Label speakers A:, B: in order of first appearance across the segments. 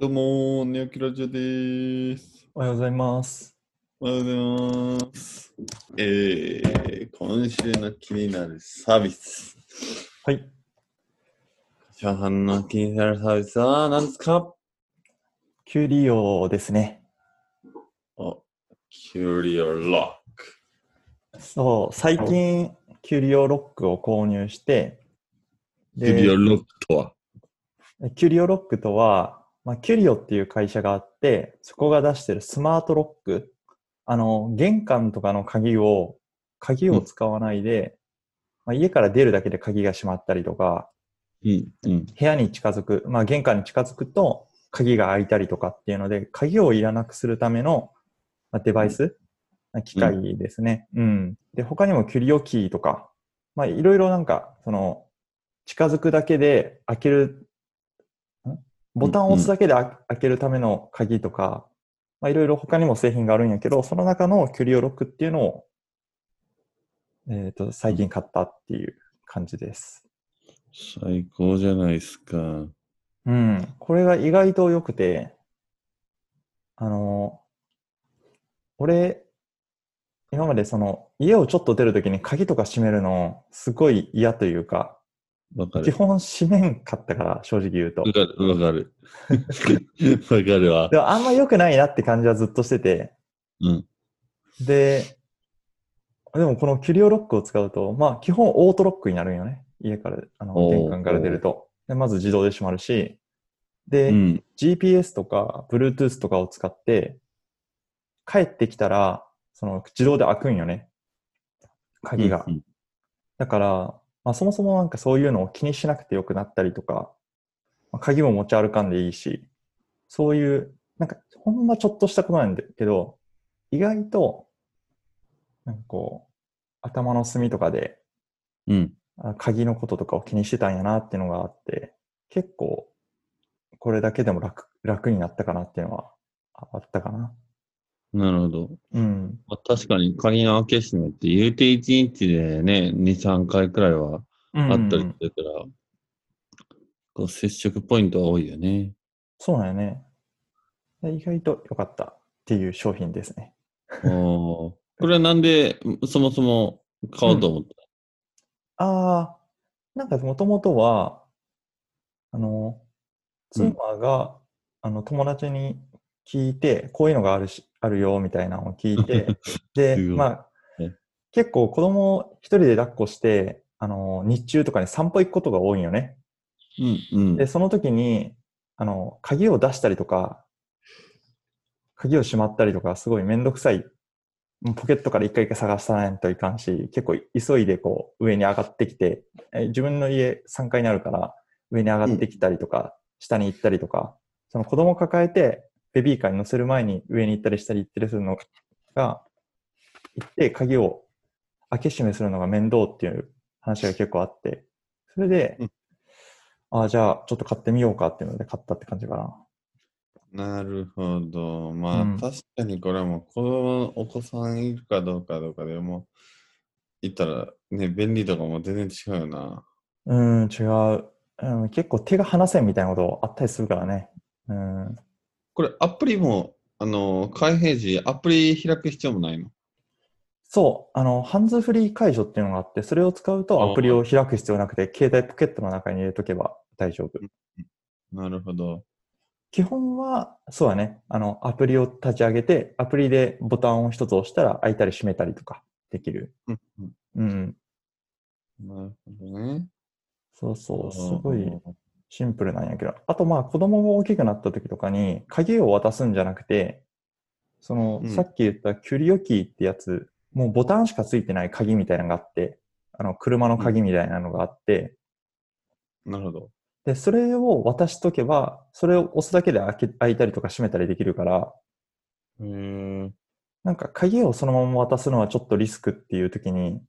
A: どうもー、ネオキラジオでーす。
B: おはようございます。
A: おはようございます。えー、今週の気になるサービス。
B: はい。
A: 柏飯の気になるサービスは何ですか
B: キュリオですね。
A: あ、キュリオロック。
B: そう、最近、キュリオロックを購入して、
A: キュリオロックとは
B: キュリオロックとは、まあ、キュリオっていう会社があって、そこが出してるスマートロック。あの、玄関とかの鍵を、鍵を使わないで、まあ、家から出るだけで鍵が閉まったりとか、
A: うん、うん。
B: 部屋に近づく、まあ、玄関に近づくと鍵が開いたりとかっていうので、鍵をいらなくするためのまあデバイス、機械ですね。うん。で、他にもキュリオキーとか、まあ、いろいろなんか、その、近づくだけで開ける、んボタンを押すだけであ、開けるための鍵とか、まあ、いろいろ他にも製品があるんやけど、その中のキュリオロックっていうのを、えっ、と、最近買ったっていう感じです。
A: 最高じゃないですか。
B: うん、これが意外と良くて、あの、俺、今までその、家をちょっと出るときに鍵とか閉めるの、すごい嫌というか、
A: わか
B: 基
A: る。
B: 本閉めんかったから、正直言うと
A: わ。かる、わかる。わかるわ
B: で。もあんま良くないなって感じはずっとしてて、
A: うん。
B: で、でもこのキュリオロックを使うと、まあ基本オートロックになるんよね。家から、あの、
A: おー
B: 玄関から出ると。で、まず自動で閉まるし、
A: う
B: で、
A: ん。
B: GPS とか Bluetooth とかを使って、帰ってきたら、その自動で開くんよね。鍵が
A: う。ん
B: だから、まあそもそもなんかそういうのを気にしなくてよくなったりとか、まあ鍵も持ち歩かんでいいし、そういう、なんかほんまちょっとしたことなんだけど、意外と、なんかこう、頭の隅とかで
A: うん。
B: あ鍵のこととかを気にしてたんやなっていうのがあって、結構、これだけでも楽、楽になったかなっていうのはああったかな。
A: なるほど。
B: うん。
A: まあ、確かに鍵の開け閉めって言うて1日でね、2、3回くらいはあったりするから、こう接触ポイントは多いよね。
B: そうなんよね。意外と良かったっていう商品ですね。
A: おーこれはなんでそもそも買おうと思っ
B: ああ、なんかもともとは、あ
A: う
B: の、
A: ん
B: 妻が、あの、友達に聞いて、こういうのがあるし、あるよ、みたいなのを聞い て、で、
A: すごい
B: まあ
A: ね、
B: 結構子供を一人で抱っこして、あの、日中とかに散歩行くことが多いんよね。
A: たの、うんう
B: で、その時に、あの、鍵を出したりとか、鍵をしまったりとか、すごいめんどくさい。もうポケットから一回一回探さないといかんし、結構急いでこう上に上がってきて、え自分の家3階にあるから上に上がってきたりとか、下に行ったりとか、その子供抱えてベビーカーに乗せる前に上に行ったり下に行ったりするのが、行って鍵を開け閉めするのが面倒っていう話が結構あって、それで、
A: うん
B: ああ、じゃあちょっと買ってみようかっていうので買ったって感じかな。
A: ん。なるほど。まあ、
B: うん
A: 確かにこれはもう子供、お子さんいるかどうかどうかでもう、いったらね、便利とかも全然違うよな。
B: うーん、違う。うん、結構手が離せんみたいなことあったりするからね。うん。
A: これアプリも、あの、開閉時、アプリ開く必要もないの
B: そう、あの、ハンズフリー解除っていうのがあって、それを使う
A: あー
B: とアプリを開く必要なくて、携帯ポケットの中に入れとけば大丈夫。
A: なるほど。
B: 基本は、そうだね。あの、アプリを立ち上げて、アプリでボタンを一つ押したら開いたり閉めたりとかできる。
A: うんうん
B: うん。
A: なるほどね。
B: そうそう、す
A: あー
B: ごいシンプルなんやけど。あとまあ、子供も大きくなった時とかに、鍵を渡すんじゃなくて、その、
A: うん
B: さっき言ったキュリオキーってやつ、もうボタンしかついてない鍵みたいなのがあって、あの、車の鍵みたいなのがあって、
A: なるほど。
B: で、それを渡しとけば、それを押すだけで開け開いたりとか閉めたりできるから、
A: へえ。
B: なんか鍵をそのまま渡すのはちょっとリスクっていう時に、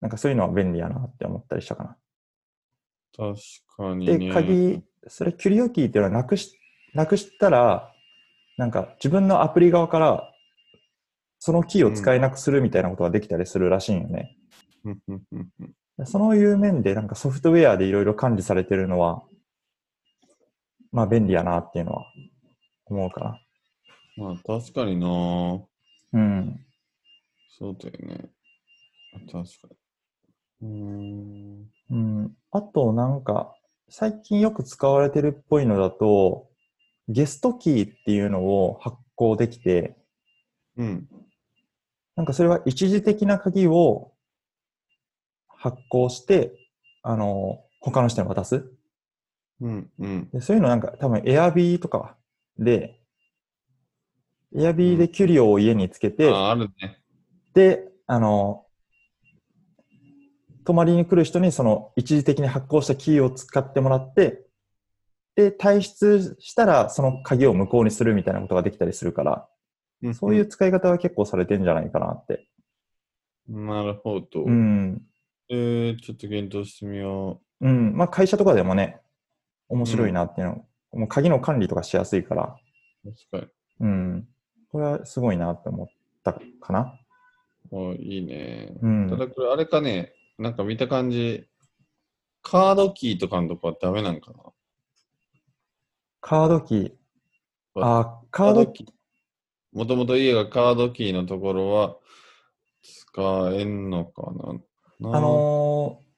B: なんかそういうのは便利やなって思ったりしたか
A: 確かに
B: な。
A: ね。
B: で、鍵、それキュリオキーっていうのはなくし、なくしたら、なんか自分のアプリ側から、そのキーを使えなくするみたいなことができたりするらしいんよね。
A: うんうんうんうん
B: でそういう面で、なんかソフトウェアでいろいろ管理されてるのは、まあ便利やなっていうのは思うか
A: まあ確かにな
B: な。うん。
A: そうだよね。確かに。うーん。
B: うん、あと、なんか、最近よく使われてるっぽいのだと、ゲストキーっていうのを発行できて、
A: うん。
B: なんかそれは一時的な鍵を発行して、あの、他の人に渡す。
A: うん。うん。
B: でそういうのなんか多分 Airb とかで、Airb でキュリオを家につけて、
A: あ、あるね。
B: で、あの、泊まりに来る人にその一時的に発行したキーを使ってもらって、で、退出したらその鍵を無効にするみたいなことができたりするから、
A: ん
B: そういう。使い方は結構されてんじゃないかなって。
A: なるほど。
B: うん。
A: えー、ちょっと検討してみよ
B: うん。まあ会社とかでもね、面白いなっていうの、もう鍵の管理とかしやすいから、
A: う。確か
B: うん。これはすごいなって思ったかな。
A: に。あいいね。
B: うん。
A: ただこれ、あれかね、なんか見た感じ、カードキーとかのとこはダメなんかな
B: カードキー。
A: あ
B: あ、カードキー。
A: ー。もともと家がカードキーのところは使えんのかな
B: あ、のー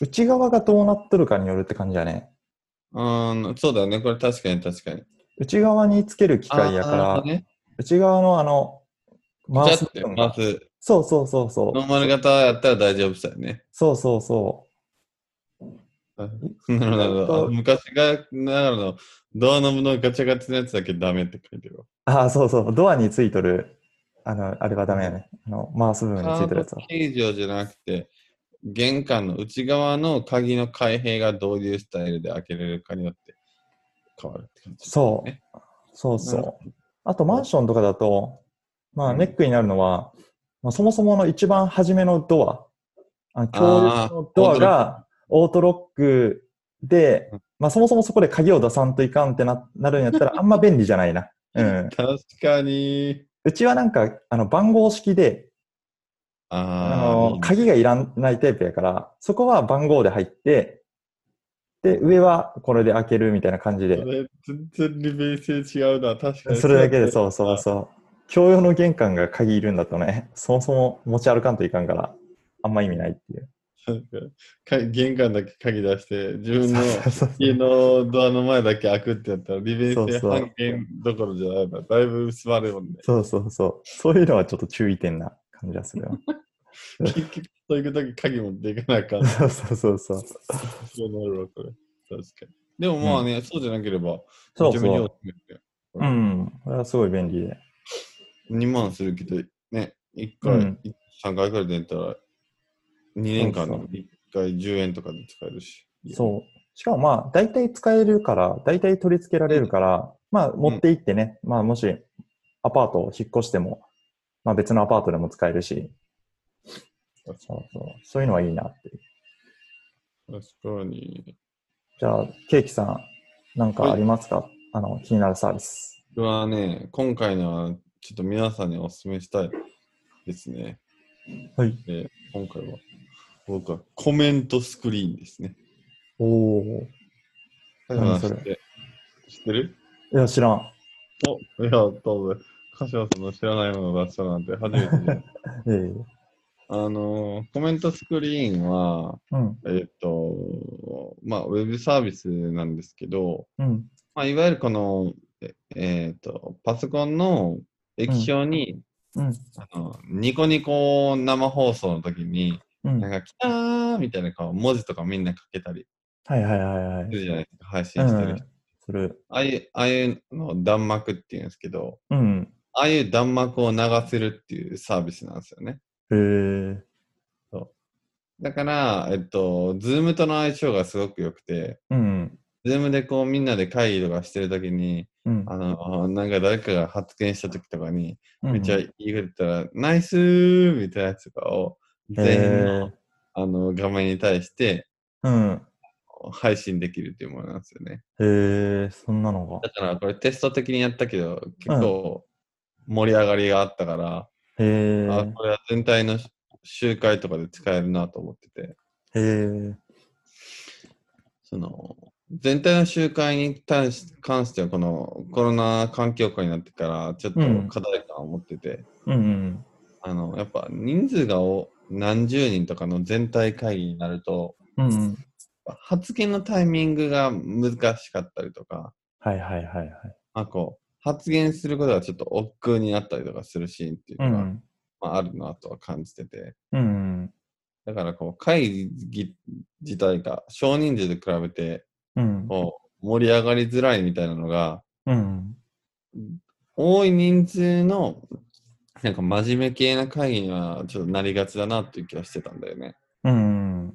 B: 内側がどうなっとるかによるって感じだね。
A: うん、そうだよね。これ確かに確かに。
B: 内側につける機械やか
A: あ
B: ら、
A: ーね、
B: 内側のあの、
A: 回
B: 回
A: す
B: す
A: っ
B: 部
A: て
B: 分
A: 回
B: が。
A: す。
B: そうそうそうそ
A: ノー
B: う。
A: マル型やったら大丈夫そうやね。
B: そうそうそ
A: なるほどなるほど。
B: えっと
A: 昔が、ながらのドアノブのガチャガチャのやつだけダメって書いてるわ。
B: う。あー、そうそう。ドアについとる、あの、あれはダメやね。あの、回す部分についとるやつは。
A: 形状じゃなくて、玄関の内側の鍵の開閉がどういうスタイルで開けれるかによって変わるって感じ。
B: そう
A: ね。
B: そ
A: な
B: う
A: るほ
B: そう。あとマンションとかだと、まあ
A: うん
B: ネックになるのは、まあ、そもそもの一番初めのドア、あの共有のドアがオートロックで
A: う、
B: まあそもそもそこで鍵を出さんといかんってななるんや ったらあんま便利じゃないな。うん。
A: 確かに。
B: うちはなんか、あの番号式で、あ
A: あーい
B: の
A: いね
B: 鍵がいらないタイプやから、そこは番号で入って、で、上はこれで開けるみたいな感じで
A: そ。れ全然利便性違うな、確かに。
B: それだけで
A: う。
B: そうそうそう。共用の玄関が鍵いるんだとね、そもそも持ち歩かんといかんから、あんま意味ないっていう。
A: か玄関だけ鍵出して、自分の
B: そうそうそう
A: 家のドアの前だけ開くってやったら、利便性
B: そうそう
A: 半減どころじゃないな。だいぶ薄まるもんね。
B: そうそうそう。そういうのはちょっと注意点な感じがする よ。
A: 結局、そういう時鍵持っていかなあかん。
B: そうそうそうそ
A: そう
B: う。
A: なるわ、これ。確かに。でもまあね、そうじゃなければ、
B: そう
A: めちゃめちゃ
B: そ
A: おす
B: う。
A: すめだよ
B: うん。これはすごい便利で。
A: 2万するけど、ね、1回、
B: うん
A: 3回から出たら、2年間
B: そ
A: の
B: う
A: 1回10円とかで使えるし。
B: そう。しかもまあ、大体使えるから、大体取り付けられるから、まあ、持って行ってね、まあ、もし、アパートを引っ越しても、まあ、別のアパートでも使えるし、そうそう。そういうのはいいなっていう。
A: 確かに。
B: じゃあ、ケーキさん、なんかありますか、あの、気になるサービス。
A: これはね、今回のはちょっと皆さんにお勧めしたいですね。
B: はい。
A: えー今回は、僕はコメントスクリーンですね。
B: おお。何それ
A: 知って知ってる
B: いや、知らん。
A: おいや、どうぞ。柏さんの知らないものを出したなんて初めて で。
B: ええ
A: あのーコメントスクリーンは、
B: うん。
A: えっ、と、まあ、ウェブサービスなんですけど、
B: うん。
A: まあ、いわゆるこの、ええーと、パソコンの液晶に、
B: うん。
A: あのニコニコ生放送の時に、
B: うん。
A: なんか、キャーみたいな顔、文字とかみんな書けたり
B: はいはいはいは
A: す
B: い。
A: るじゃないですか、配信
B: う
A: してる人。
B: ん。する。
A: ああいう、ああいうのを弾幕っていうんですけど、
B: うん。
A: ああいう弾幕を流せるっていうサービスなんですよね。
B: へえ。
A: だから、えっと、ズームとの相性がすごく良くて、
B: うん。
A: ズームでこうみんなで会議とかしてる時に、
B: うん。
A: あの、なんか誰かが発言した時とかに、
B: うん
A: めっちゃ言いふれたら、ナイスーみたいなやつとかを、全員の、
B: へえ
A: あの画面に対して、
B: うん。
A: 配信できるっていうものなんですよね。
B: へえ、そんなのが
A: だ。からこれテスト的にやったけど、結構盛り上がりがあったから、
B: へ
A: あこれは全体の集会とかで使えるなと思ってて、
B: え。へえ。
A: その、全体の集会に対し関しては、このコロナ環境下になってから、ちょっと
B: うん
A: 課題感を持ってて、
B: うんうん。
A: あの、やっぱ人数がお何十人とかの全体会議になると、
B: うんうん。
A: 発言のタイミングが難しかったりとか、
B: はいはいはいはい。
A: まあ、こう発言することがちょっと億劫になったりとかするシーンっていう
B: う
A: のが、
B: ん。
A: まあ、あるなとは感じてて、
B: うんうん。
A: だからこう会議自体が少人数で比べて
B: うん。
A: こう盛り上がりづらいみたいなのが、
B: うん。
A: 多い人数のなんか真面目系な会議にはちょっとなりがちだなっていう気はしてたんだよね。
B: うんうん。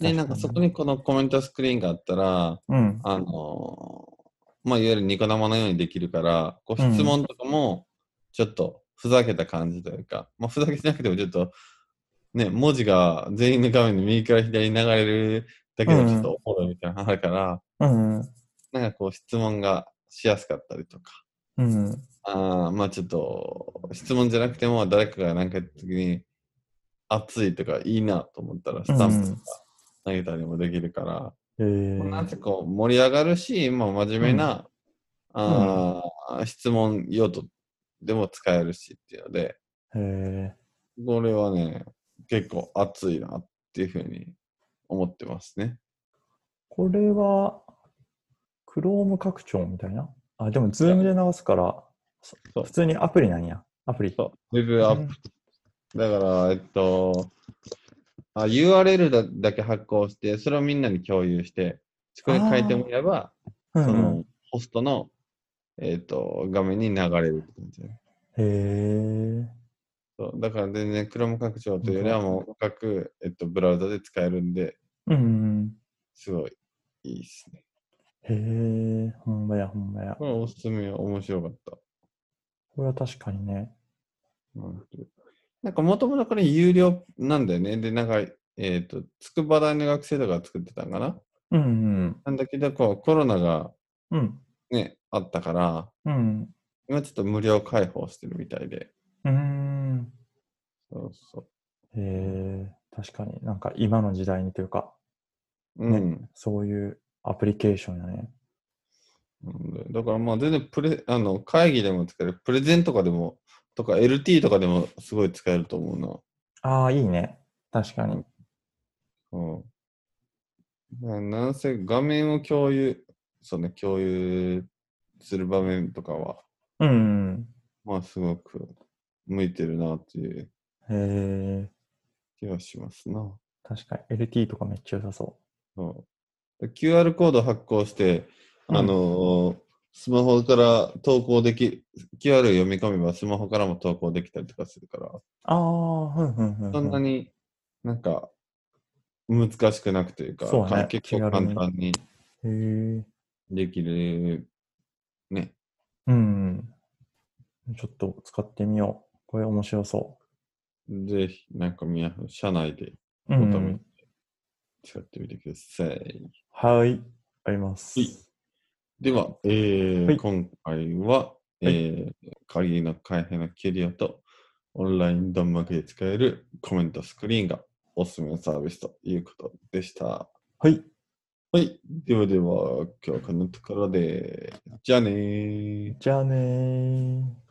A: で、
B: 確かに
A: なんかそこにこのコメントスクリーンがあったら、
B: うん。
A: あのーまあ、いわゆるニコ生のようにできるから、こう質問とかも、ちょっとふざけた感じというか、まあ、ふざけてなくてもちょっと、ね、文字が全員の画面で右から左に流れるだけでもちょっとおもろいみたいなのあるから、
B: うんうん。
A: なんかこう質問がしやすかったりとか、
B: うんうん。
A: あーまあちょっと、質問じゃなくても誰かが何かやった時に、熱いとかいいなと思ったら、スタンプとか投げたりもできるから、
B: え
A: なん
B: ー。
A: てこう盛り上がるし、まあ、真面目な、あー質問用途でも使えるしっていうので、
B: えー。
A: これはね、結構熱いなっていうふうに思ってますね。
B: これは、Chrome 拡張みたいなあ、でも Zoom で流すから、
A: そう
B: 普通にアプリなんや。アプリ。
A: ウェブアップ。だから、えっと、あ URL だだけ発行して、それをみんなに共有して、そこに書いてもらえば、
B: うん
A: そ
B: うん。
A: のホストの、えっと、画面に流れるって感じだね。
B: へえ。
A: そうだから全然 Chrome 拡張というよりはもう各、えっと、ブラウザで使えるんで、
B: うん
A: すごいいいですね。
B: うん。へえ。ほんまやほんまや。
A: これおすすめ面白かった。
B: これは確かにね。
A: なんかもともとこれ有料なんだよね。で、なんか、えっ、と、筑波大の学生とかが作ってたんかな
B: うん
A: なんだけど、こうコロナが
B: うん。うん。
A: ね、あったから、
B: うん。
A: 今ちょっと無料開放してるみたいで。
B: うん。
A: そうそ
B: へえ。確かになんか今の時代にというか、
A: う。うん。
B: そういうアプリケーションやね。
A: なんでだからまあ全然プレ、あの、会議でも使える、プレゼンとかでも、とか LT とかでもすごい使えると思うな。
B: ああ、いいね。確かに。
A: うん。まあなんせ画面を共有、そうね、共有する場面とかは、
B: うん。
A: まあすごく向いてるなっていう
B: へえ。
A: 気はしますな。
B: 確かに LT とかめっちゃ良さそ
A: うん、で QR コード発行して、
B: うん
A: あのースマホから投稿でき、QR を読み込めばスマホからも投稿できたりとかするから、
B: う。ああ、ふんふんふんふん。
A: そんなになんか難しくなくというか、
B: そうね
A: か結構
B: 気軽
A: 簡
B: に
A: 単に
B: へえ。
A: できる、ね、
B: うん。ちょっと使ってみよう。これ面白そ
A: ぜひ、なんか皆さん、社内で
B: う。
A: お
B: う
A: 試し
B: ん
A: に使ってみてください。
B: はい。あります。
A: はいでは、えー
B: はい
A: 今回は、えー鍵の開閉のキュリオとオンライン弾幕で使えるコメントスクリーンがおすすめのサービスということでした。
B: はい。
A: はい。ではでは、今日はこのところで。じゃあねー。
B: じゃあねー。